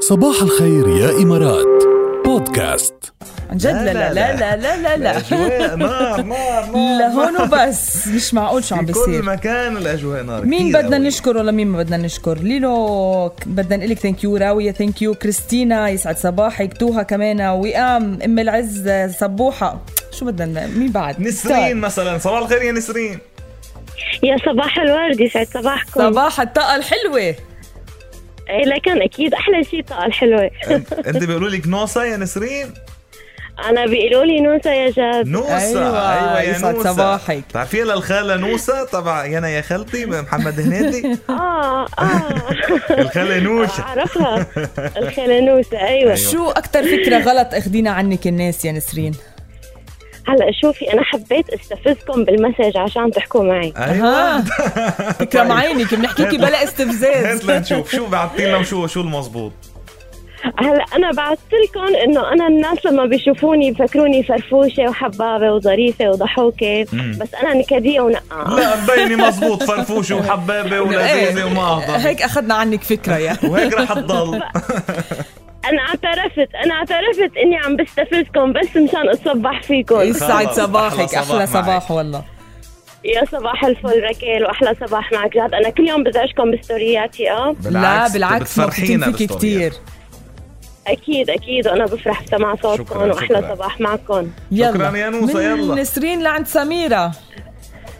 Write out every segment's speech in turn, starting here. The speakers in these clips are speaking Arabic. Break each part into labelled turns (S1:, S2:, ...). S1: صباح الخير يا إمارات بودكاست
S2: عن جد لا لا لا لا لا لا لا
S3: الاجواء نار نار نار
S2: لهون وبس مش معقول شو عم
S3: في كل
S2: بيصير
S3: مكان الاجواء نار
S2: مين
S3: كتير
S2: بدنا
S3: قوي.
S2: نشكر ولا مين ما بدنا نشكر ليلو ك- بدنا نقول لك ثانك يو راويه ثانك يو كريستينا يسعد صباحك توها كمان وئام ام العز سبوحه شو بدنا مين بعد
S3: نسرين
S2: طيب.
S3: مثلا صباح الخير يا نسرين
S4: يا صباح الورد يسعد صباحكم صباح.
S2: صباح الطاقه الحلوه
S4: إيه لكن اكيد احلى شيء الطاقه الحلوه
S3: انت أنت بيقولوا لك نوسه يا نسرين
S4: انا بيقولوا لي نوسه يا جاد
S3: نوسه
S2: أيوة،
S3: يا
S2: يسعد
S3: نوسه
S2: صباحك.
S3: تعرفيها للخاله نوسه طبعا انا يا خالتي محمد هنيدي
S4: اه اه
S3: الخاله نوشه
S4: اعرفها الخاله نوسه ايوه
S3: أيوه.
S2: شو اكثر فكره غلط اخدينا عنك الناس يا نسرين
S4: هلا شوفي انا حبيت استفزكم بالمسج عشان تحكوا معي
S3: ايوه طيب.
S2: تكرم عينك بنحكيكي بلا
S3: هات
S2: استفزاز
S3: لنشوف شو بعتي لنا وشو شو المزبوط
S4: هلا انا بعثت لكم انه انا الناس لما بيشوفوني بفكروني فرفوشه وحبابه وظريفه وضحوكه بس انا نكديه ونقعه
S3: لا مبيني مزبوط فرفوشه وحبابه
S2: إيه.
S3: ولذيذه ومهضه
S2: هيك اخذنا عنك فكره يا
S3: وهيك رح تضل
S4: انا اعترفت انا اعترفت اني عم بستفزكم بس مشان اتصبح فيكم
S2: يسعد
S3: طيب. خلص،
S2: صباحك
S3: أحلى
S2: احلى
S3: صباح
S2: صباح
S3: معك.
S2: والله
S4: يا صباح الفل ركيل واحلى صباح معك جاد انا كل يوم بزعجكم بستورياتي
S5: آه؟
S4: اه
S2: لا بالعكس ما بتنفكي كثير
S4: اكيد اكيد وانا بفرح بسماع صوتكم
S3: شكراً،
S4: واحلى
S3: شكراً.
S4: صباح معكم
S2: يلا
S3: شكراً يا نوسة،
S2: من
S3: يلا.
S2: نسرين لعند سميرة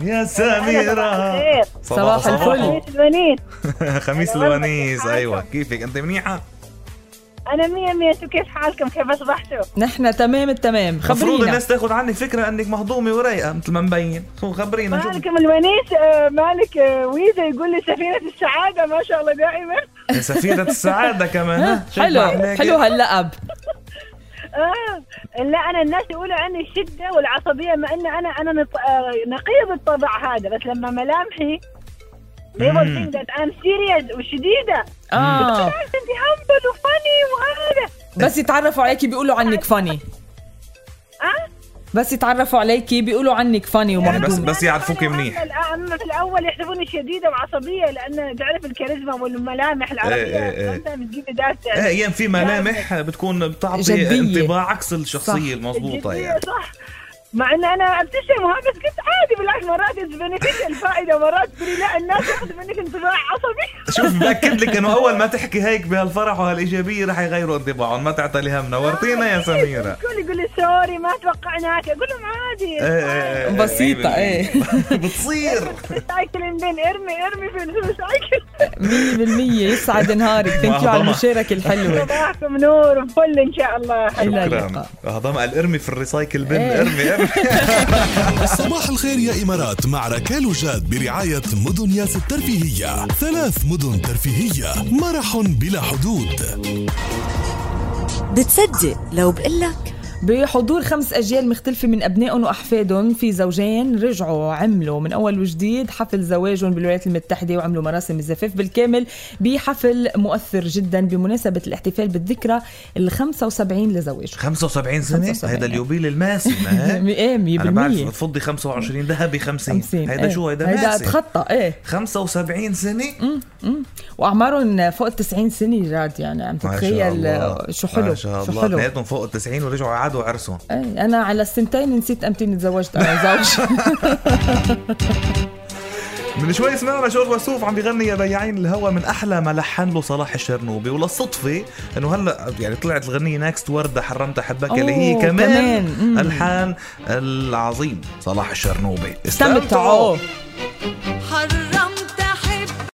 S3: يا
S4: أهلا، صباح
S3: سميره
S4: الخير.
S2: صباح الفل.
S5: البنات
S3: خميس
S5: أهلا،
S3: الونيس
S5: كيف
S3: ايوه
S5: حالكم؟
S3: كيفك انت منيحه
S5: انا مية مية شو كيف حالكم كيف اصبحتوا
S2: نحن تمام التمام
S3: المفروض
S2: خبرينا
S3: الناس تاخذ عنك فكره انك مهضومه ورايقه مثل ما مبين شو خبرينا شو
S5: مالكم الونيس آه، مالك آه، ويزا يقول لي سفينة السعادة ما شاء الله دائما
S3: يا سفيره السعاده كمان ها؟ شو
S2: حلو
S3: معناك؟
S2: حلو هاللقب
S5: آه لا انا الناس يقولوا عني الشدة والعصبية مع ان انا انا نط... آه، نقيض الطبع هذا بس لما ملامحي they will think that I'm serious وشديدة
S2: اه
S5: بس انت همبل وفاني وهذا
S2: بس يتعرفوا عليكي بيقولوا عنك فاني
S5: اه
S2: بس يتعرفوا عليكي بيقولوا عنك فاني
S3: يعني بس
S2: ومهضوم
S3: بس يعرفوك
S5: أنا
S3: منيح
S5: أما- اما في الاول يحسبوني شديدة وعصبية لان تعرف الكاريزما والملامح
S3: إيه، إيه، إيه.
S5: العربية sometimes give me that
S3: إيه، ايام في ملامح بتكون بتعطي
S2: جدية.
S3: انطباع عكس الشخصيه
S2: صح.
S3: المضبوطه
S5: الجدية
S3: يعني
S5: صح مع ان انا ابتسم وهذا بس كنت عادي بالعكس مرات بنفيت الفائده مرات تقولي لا الناس ياخذ منك انطباع عصبي
S3: شوف باكد لك انه اول ما تحكي هيك بهالفرح وهالايجابيه رح يغيروا انطباعهم ما تعتلي همنا ورطينا يا سميره
S5: الكل يقول لي سوري ما توقعناك اقول لهم عادي
S3: إيه، إيه، إيه،
S2: بسيطة،
S3: إيه، بالمية. بتصير
S5: سايكلين بين ارمي ارمي في السايكل
S2: 100% يسعد نهارك ثانك يو على
S3: مهضمة.
S2: المشاركه الحلوه
S5: صباحكم نور وفل ان شاء الله
S2: إلى
S3: شكرا
S2: اللقاء.
S3: هضم قال ارمي في الريسايكل بن
S2: إيه.
S3: ارمي ارمي
S1: صباح الخير يا إمارات مع ركال وجاد برعاية مدن ياس الترفيهية ثلاث مدن ترفيهية مرح بلا حدود
S6: بتصدق لو بقلك
S2: بحضور خمس أجيال مختلفة من أبنائهم وأحفادهم في زوجين رجعوا عملوا من أول وجديد حفل زواجهم بالولايات المتحدة وعملوا مراسم الزفاف بالكامل بحفل مؤثر جدا بمناسبة الاحتفال بالذكرى ال 75 لزواجهم
S3: 75 سنه
S2: 75
S3: هيدا اليوبيل الماسي ما هيك؟
S2: ايه 100%
S3: انا بعرف بتفضي 25 ذهبي 50
S2: 50
S3: هيدا
S2: إيه.
S3: شو هيدا
S2: هيدا
S3: ماسي
S2: تخطى ايه
S3: 75 سنه
S2: واعمارهم فوق ال 90 سنه جاد يعني عم
S3: ما شاء
S2: تتخيل
S3: الله.
S2: شو حلو
S3: ما شاء
S2: شو
S3: الله طيب.
S2: حلو
S3: اثنيناتهم فوق ال 90 ورجعوا عادوا عرسهم
S2: إيه، انا على السنتين نسيت امتى تزوجت انا زوج
S3: من شوي سمعنا جورج وسوف عم بيغني يا بياعين الهوى من احلى ما لحن له صلاح الشرنوبي وللصدفه انه هلا يعني طلعت الغنيه نكست ورده حرمت احبك اللي هي
S2: أوه،
S3: كمان,
S2: كمان. مم.
S3: الحان العظيم صلاح الشرنوبي
S2: استمتعوا